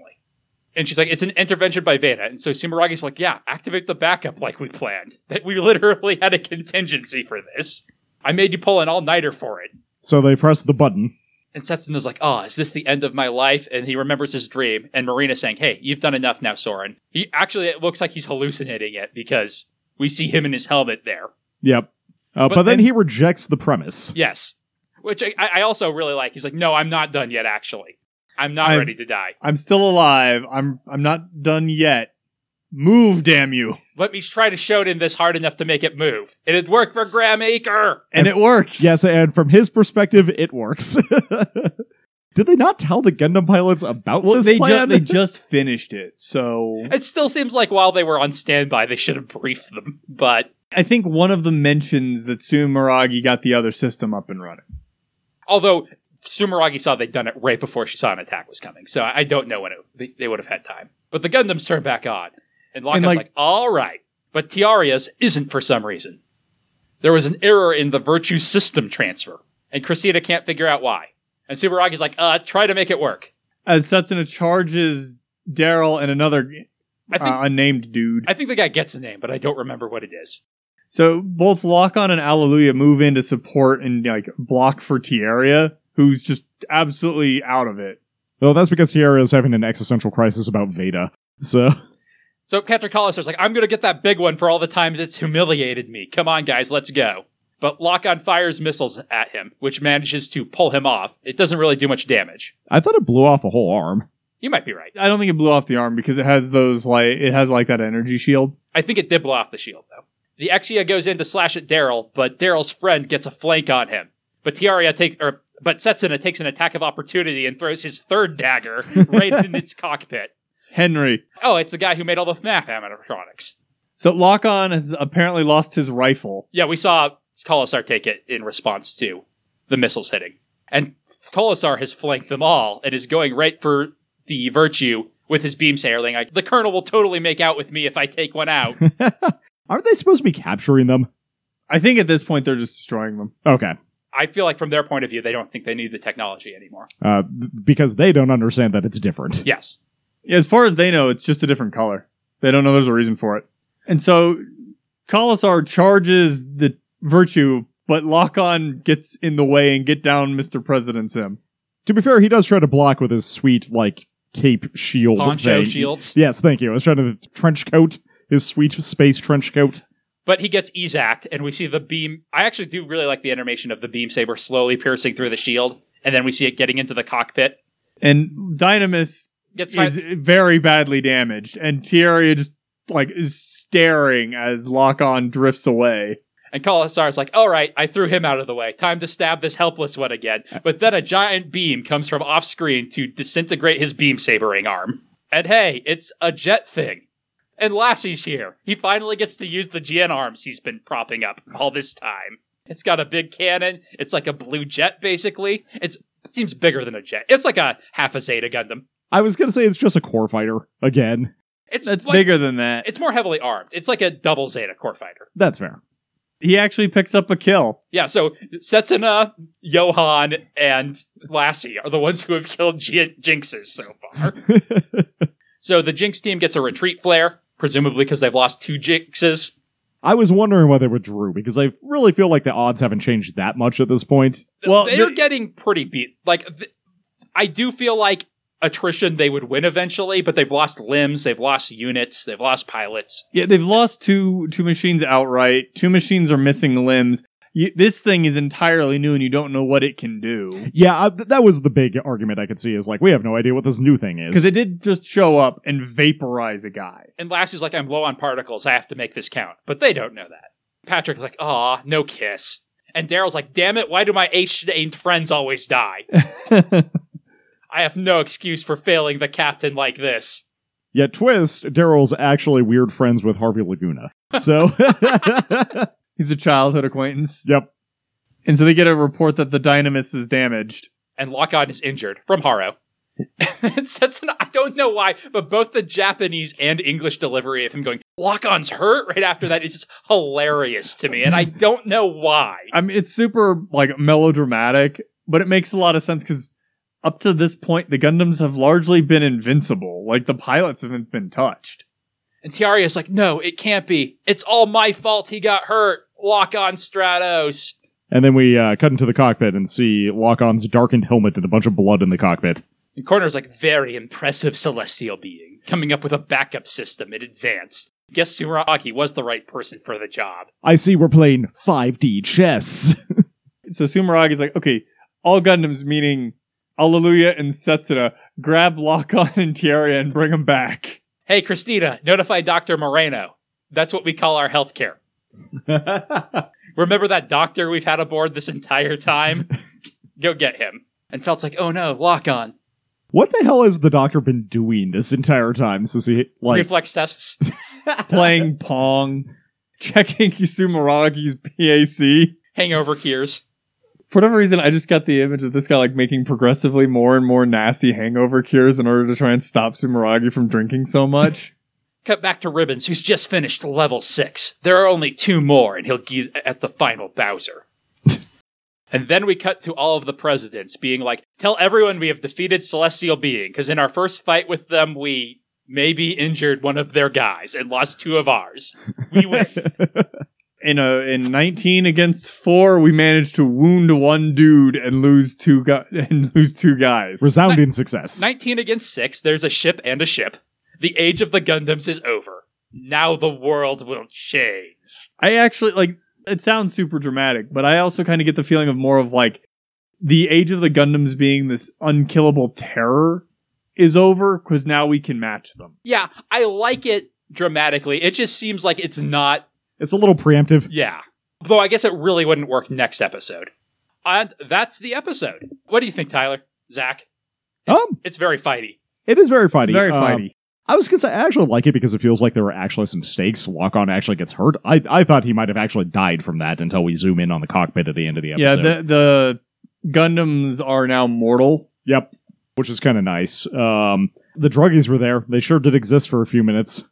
And she's like, it's an intervention by Veda. And so Sumaragi's like, yeah, activate the backup like we planned. That we literally had a contingency for this. I made you pull an all nighter for it.
so they press the button.
And Setsuna's like, oh, is this the end of my life? And he remembers his dream. And Marina saying, hey, you've done enough now, Soren. He actually, it looks like he's hallucinating it because we see him in his helmet there.
Yep. Uh, but,
But
then
then-
he rejects the premise.
Yes. Which I, I also really like. He's like, no, I'm not done yet, actually. I'm not
I'm-
ready to die.
I'm still alive. I'm I'm not done yet. Move, damn you!
Let me try to Shonen this hard enough to make it move. It'd work for Graham Aker.
And it works.
Yes, and from his perspective, it works. Did they not tell the Gundam pilots about
Well,
this
they ju-
plan?
they just finished it, so
It still seems like while they were on standby, they should have briefed them. But
I think one of them mentions that Soon Miragi got the other system up and running.
although Sumeragi saw they'd done it right before she saw an attack was coming, so I don't know when it, they- they would have had time. But the Gundams turn back on, and Lockup's
And,
like,
like-
"All right," but Tiaria's isn't for some reason. There was an error in the Virtue system transfer, and Christina can't figure out why. And Sumeragi's like, "Uh, try to make it work."
As Setsuna charges Daryl and another
I think
uh, unnamed dude.
I think the guy gets a name, but I don't remember what it is.
So both Lock-On and Alleluia move in to support and like block for Tierra, who's just absolutely out of it.
well, that's because Tiara is having an existential crisis about Veda. So,
So Patrick Hollister's like, I'm going to get that big one for all the times it's humiliated me. Come on, guys, let's go. But Lock-On fires missiles at him, which manages to pull him off. It doesn't really do much damage.
I thought it blew off a whole arm.
You might be right.
I don't think it blew off the arm because it has those like it has like that energy shield.
I think it did blow off the shield, though. The Exia goes in to slash at Daryl, but Daryl's friend gets a flank on him. But Tiaria takes, or but Setsuna takes an attack of opportunity and throws his third dagger right in its cockpit.
Henry.
Oh, it's the guy who made all the FNAF animatronics.
So Lock-On has apparently lost his rifle.
Yeah, we saw Colasar take it in response to the missiles hitting. And Colasar has flanked them all and is going right for the Virtue with his beam sailing. Like, the Colonel will totally make out with me if I take one out.
Aren't they supposed to be capturing them?
I think at this point they're just destroying them.
Okay.
I feel like from their point of view, they don't think they need the technology anymore.
Uh, th- because they don't understand that it's different.
Yes.
Yeah, as far as they know, it's just a different color. They don't know there's a reason for it. And so Colasar charges the virtue, but Lockon gets in the way and get down Mr. President's him.
To be fair, he does try to block with his sweet like cape shield.
Poncho
thing.
shields.
Yes, thank you. I was trying to trench coat his sweet space trench coat.
But he gets Ezak, and we see the beam. I actually do really like the animation of the beam saber slowly piercing through the shield, and then we see it getting into the cockpit.
And Dynamis
Gets
is very badly damaged, and Tierra just like is staring as Lockon drifts away.
And Colasar's like, all right, I threw him out of the way. Time to stab this helpless one again. But then a giant beam comes from off screen to disintegrate his beam sabering arm. And hey, it's a jet thing. And Lassie's here. He finally gets to use the GN arms he's been propping up all this time. It's got a big cannon. It's like a blue jet, basically. It's, it seems bigger than a jet. It's like a half a Zeta Gundam.
I was gonna say it's just a core fighter again.
It's
That's
like-
bigger than that.
It's more heavily armed. It's like a double Zeta core fighter.
That's fair.
He actually picks up a kill.
Yeah, so Setsuna, Johan, and Lassie are the ones who have killed G- Jinxes so far. so the Jinx team gets a retreat flare, presumably because they've lost two Jinxes.
I was wondering why they withdrew because I really feel like the odds haven't changed that much at this point.
Well,
They're
the-
getting pretty beat. Like, th- I do feel like attrition they would win eventually, but they've lost limbs, they've lost units, they've lost pilots.
Yeah, they've lost two two machines outright. Two machines are missing limbs. You, this thing is entirely new, and you don't know what it can do
Yeah, I, th- that was the big argument I could see is like we have no idea what this new thing
because
is.
it did just show up and vaporize a guy.
And Lassie's like, I'm low on particles, I have to make this count. But they don't know that. Patrick's like, aw, no kiss. And Daryl's like, damn it, why do my H named friends always die? I have no excuse for failing the captain like this.
Yet twist, Daryl's actually weird friends with Harvey Laguna. So
He's a childhood acquaintance,
yep,
and so they get a report that the dynamis is damaged.
And Lockon is injured from Haro. and Setsuna, I don't know why, but both the Japanese and English delivery of him going, Lockon's hurt right after that is just hilarious to me. And I don't know why.
I mean, it's super like melodramatic, but it makes a lot of sense because up to this point, the Gundams have largely been invincible. Like the pilots haven't been touched.
And Tiaria's like, no, it can't be. It's all my fault he got hurt. Lock on Stratos.
And then we uh, cut into the cockpit and see Lock-On's darkened helmet and a bunch of blood in the cockpit.
And Corner's like, very impressive celestial being, coming up with a backup system in advance. Guess Tsuraki was the right person for the job.
I see we're playing 5D chess.
So Sumaragi's like, okay, all Gundams, meaning Alleluia and Setsuna, grab Lockon and Tiara and bring them back.
Hey, Christina, notify Dr. Moreno. That's what we call our healthcare. Remember that doctor we've had aboard this entire time? Go get him. And Felt's like, oh no, lock on.
what the hell has the doctor been doing this entire time since he, like,
Reflex tests.
Playing Pong, checking Sumaragi's PAC.
Hangover cures.
For whatever reason, I just got the image of this guy like making progressively more and more nasty hangover cures in order to try and stop Sumeragi from drinking so much.
Cut back to Ribbons, who's just finished level six. There are only two more, and he'll get at the final Bowser. and then we cut to all of the presidents being like, "Tell everyone we have defeated Celestial Being, because in our first fight with them, we maybe injured one of their guys and lost two of ours. We win."
in a in 19 against 4, we managed to wound one dude and lose two guys and lose two guys.
resounding success.
Nineteen against six. There's a ship and a ship. The age of the Gundams is over. Now the world will change.
I actually like it sounds super dramatic, but I also kind of get the feeling of more of like the age of the Gundams being this unkillable terror is over cuz now we can match them.
Yeah, I like it dramatically. It just seems like it's not
It's a little preemptive.
Yeah. Though I guess it really wouldn't work next episode. And that's the episode. What do you think, Tyler? Zach?
Um,
It's very fighty.
it is very fighty.
Very
Um,
fighty.
I was gonna say, I actually like it because it feels like there were actually some stakes. Lock-On actually gets hurt. I, I thought he might have actually died from that until we zoom in on the cockpit at the end of the
Yeah,
episode.
the the Gundams are now mortal.
yep. Which is kind of nice. Um, the druggies were there. They sure did exist for a few minutes.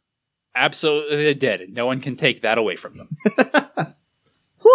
Absolutely they did. and No one can take that away from them.
it's a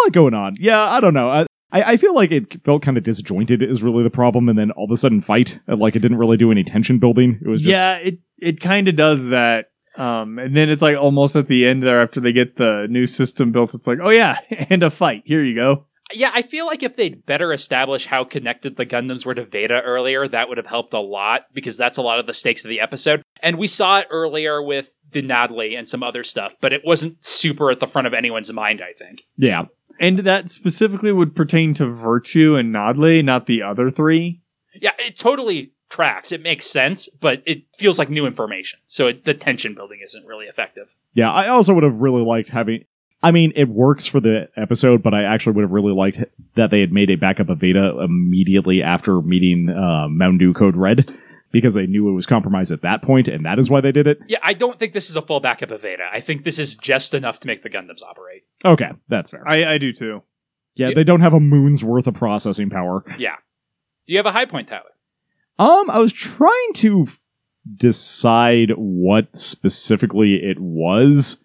lot going on. Yeah, I don't know. I, I, I feel like it felt kind of disjointed is really the problem, and then all of a sudden fight. and, Like it didn't really do any tension building. It was just
yeah, it it kind of does that. Um, and then it's like almost at the end there after they get the new system built, it's like, oh yeah, and a fight. Here you go.
Yeah, I feel like if they'd better establish how connected the Gundams were to Veda earlier, that would have helped a lot because that's a lot of the stakes of the episode. And we saw it earlier with the Nodley and some other stuff, but it wasn't super at the front of anyone's mind, I think.
Yeah.
And that specifically would pertain to Virtue and Nodley, not the other three.
Yeah, it totally tracks. It makes sense, but it feels like new information. So it, the tension building isn't really effective.
Yeah, I also would have really liked having. I mean, it works for the episode, but I actually would have really liked that they had made a backup of Veda immediately after meeting uh, Mountain Dew Code Red because they knew it was compromised at that point, and that is why they did it.
Yeah, I don't think this is a full backup of Veda. I think this is just enough to make the Gundams operate.
Okay, that's fair.
I, I do too.
yeah, they don't have a moon's worth of processing power.
Yeah. Do you have a high point, Tyler?
Um, I was trying to f- decide what specifically it was.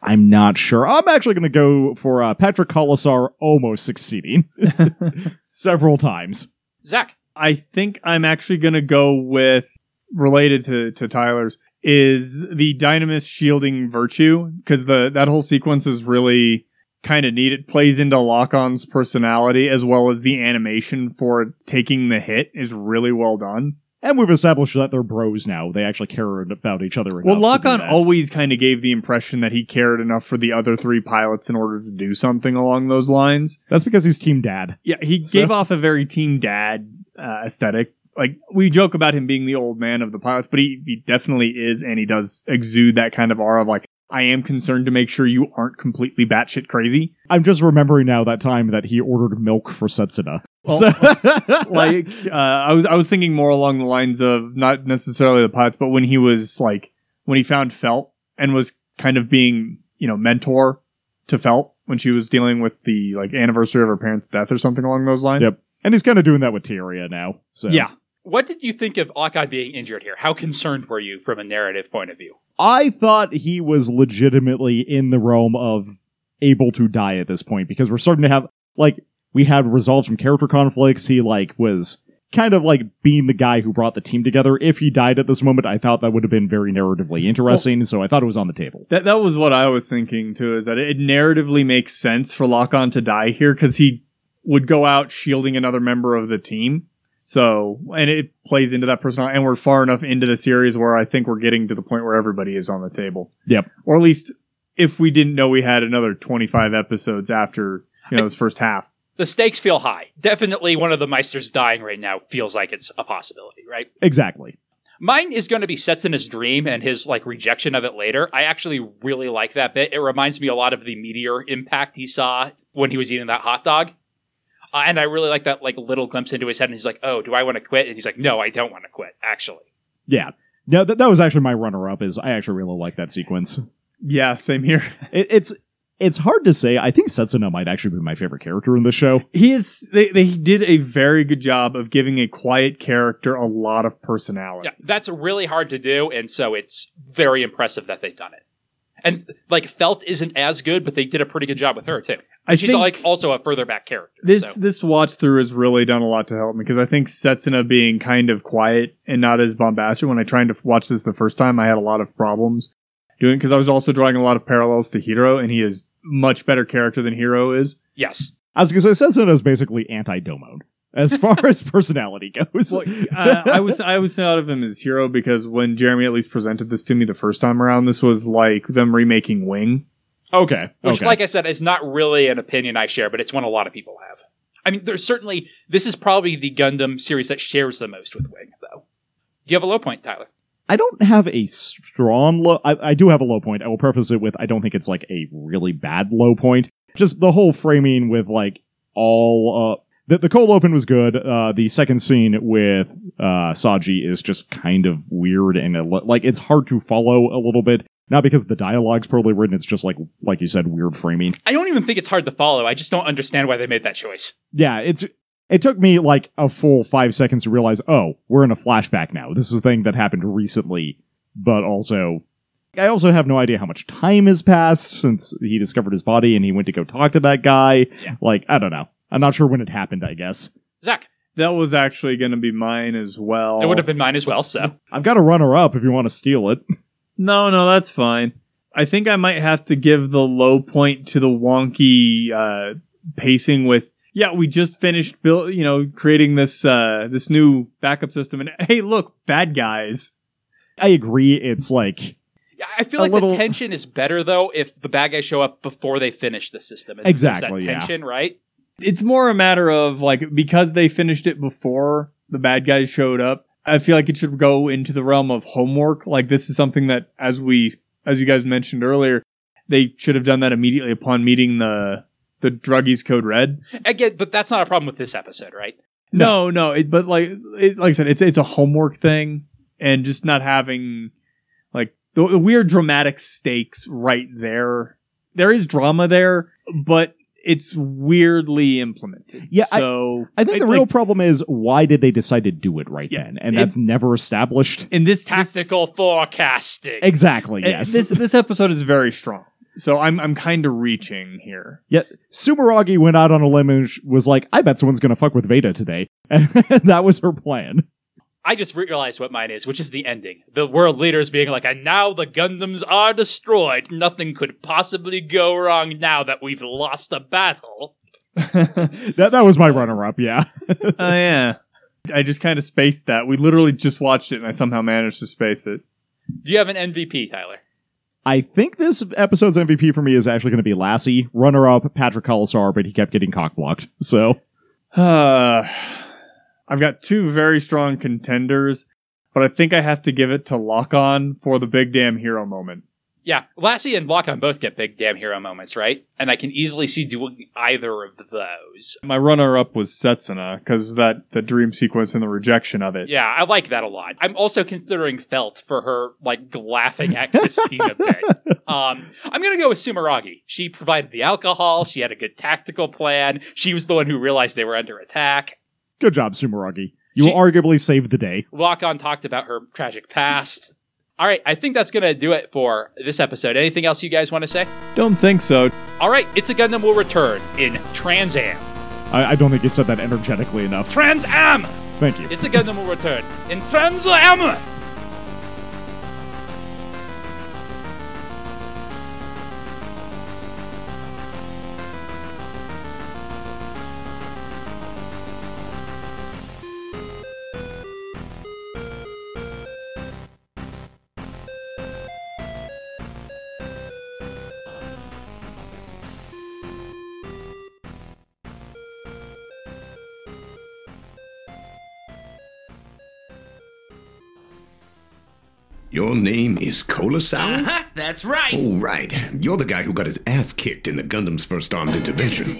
I'm not sure. I'm actually going to go for uh, Patrick Colasar almost succeeding several times.
Zach.
I think I'm actually going to go with related to, to Tyler's is the Dynamis shielding virtue because the that whole sequence is really kind of neat. It plays into Lock-On's personality as well as the animation for taking the hit is really well done.
And we've established that they're bros now. They actually care about each other.
Well,
enough to do
Lock-On
that.
always kind of gave the impression that he cared enough for the other three pilots in order to do something along those lines.
That's because he's Team Dad.
Yeah, he
So-
gave off a very teen dad uh, aesthetic. Like we joke about him being the old man of the pilots, but he, he definitely is, and he does exude that kind of aura of like, I am concerned to make sure you aren't completely batshit crazy.
I'm just remembering now that time that he ordered milk for Setsuna.
Well,
So-
like uh, I was I was thinking more along the lines of not necessarily the pilots, but when he was like when he found Felt and was kind of being you know mentor to Felt when she was dealing with the like anniversary of her parents' death or something along those lines.
yep. And he's kind of doing that with Tyria now. So
Yeah.
What did you think of Akai being injured here? How concerned were you from a narrative point of view?
I thought he was legitimately in the realm of able to die at this point because we're starting to have like we had resolved some character conflicts. He like was kind of like being the guy who brought the team together. If he died at this moment, I thought that would have been very narratively interesting. so I thought it was on the table.
That that was what I was thinking too. Is that it narratively makes sense for Lock-On to die here because he would go out shielding another member of the team. So and it plays into that personality. And we're far enough into the series where I think we're getting to the point where everybody is on the table.
Yep.
Or at least if we didn't know we had another 25 episodes after you know this first half.
The stakes feel high. Definitely one of the Meisters dying right now feels like it's a possibility, right?
Exactly.
Mine is going to be Setsuna's dream and his like rejection of it later. I actually really like that bit. It reminds me a lot of the meteor impact he saw when he was eating that hot dog. Uh, and I really like that like little glimpse into his head and he's like, "Oh, do I want to quit?" And he's like, "No, I don't want to quit, actually."
Yeah. No, that, that was actually my runner up is I actually really like that sequence.
Yeah, same here.
It, it's it's hard to say. I think Setsuna might actually be my favorite character in the show.
He is. They, they did a very good job of giving a quiet character a lot of personality.
Yeah, that's really hard to do, and so it's very impressive that they've done it. And like Felt isn't as good, but they did a pretty good job with her too.
I
She's
think-
like also a further back character.
This
so.
this watch through has really done a lot to help me because I think Setsuna being kind of quiet and not as bombastic. When I tried to watch this the first time, I had a lot of problems doing because I was also drawing a lot of parallels to Hero, and he is much better character than Hero is.
yes,
I was going to say Setsuna is basically anti Domon as far as personality goes.
Well, uh, I was I was thought of him as Hero because when Jeremy at least presented this to me the first time around, this was like them remaking Wing.
Okay.
which,
okay.
like I said, is not really an opinion I share, but it's one a lot of people have. I mean, there's certainly this is probably the Gundam series that shares the most with Wing, though. Do you have a low point, Tyler?
I don't have a strong low. I, I do have a low point. I will preface it with I don't think it's like a really bad low point. Just the whole framing with like all uh, the the cold open was good. Uh, the second scene with uh, Saji is just kind of weird and a li- like it's hard to follow a little bit. Not because the dialogue's poorly written. It's just like like you said, weird framing.
I don't even think it's hard to follow. I just don't understand why they made that choice.
yeah, it's it took me like a full five seconds to realize, oh, we're in a flashback now. This is a thing that happened recently, but also I also have no idea how much time has passed since he discovered his body and he went to go talk to that guy. Like, I don't know. I'm not sure when it happened, I guess.
Zach,
That was actually going to be mine as well.
Oh.
it would have been mine as well. So
I've got a runner up if you want to steal it.
No, no, that's fine. I think I might have to give the low point to the wonky uh, pacing with. Yeah, we just finished build, you know, creating this uh, this new backup system, and hey, look, bad guys.
I agree. It's like
I feel
A
like
little-
the tension is better though if the bad guys show up before they finish the system. It- there's
Exactly,
That
yeah.
tension, right?
It's more a matter of like because they finished it before the bad guys showed up. I feel like it should go into the realm of homework. Like this is something that, as we, as you guys mentioned earlier, they should have done that immediately upon meeting the the druggies code red.
Again, but that's not a problem with this episode, right?
No, no, it, but like, it, like I said, it's it's a homework thing, and just not having like the, the weird dramatic stakes right there. There is drama there, but it's weirdly implemented.
Yeah, I-
so
I think
it,
the real
like,
problem is why did they decide to do it right
Yeah,
then, and
it-
that's never established.
in this
Tactical forecasting.
Exactly.
this,
Yes.
this this episode is very strong. So I'm I'm kind of reaching here.
Yet Sumeragi went out on a limb and sh- was like, "I bet someone's gonna fuck with Veda today," and that was her plan.
I just realized what mine is, which is the ending. The world leaders being like, and now the Gundams are destroyed. Nothing could possibly go wrong now that we've lost a battle.
That that was my runner-up. Yeah.
Oh yeah. I just kind of spaced that. We literally just watched it, and I somehow managed to space it.
Do you have an MVP, Tyler?
I think this episode's MVP for me is actually going to be Lassie. Runner up, Patrick Colasar, but he kept getting cock blocked. So,
Uh, I've got two very strong contenders, but I think I have to give it to Lock On for the big damn hero moment.
Yeah, Lassie and Lockon both get big damn hero moments, right? And I can easily see doing either of those.
My runner up was Setsuna because that the dream sequence and the rejection of it.
Yeah, I like that a lot. I'm also considering Felt for her like laughing at Christina bit. Um, I'm gonna go with Sumeragi. She provided the alcohol. She had a good tactical plan. She was the one who realized they were under attack.
good job, Sumeragi. You
She-
arguably saved the day.
Lockon talked about her tragic past. All right, I think that's gonna do it for this episode. Anything else you guys want to say?
Don't think so.
All right, it's a Gundam will return in Trans Am.
I, I don't think you said that energetically enough.
Trans Am.
Thank you.
It's a Gundam will return in Trans Am.
Your name is Kolasau?
Uh-huh. That's right.
Oh, right. You're the guy who got his ass kicked in the Gundam's first armed intervention.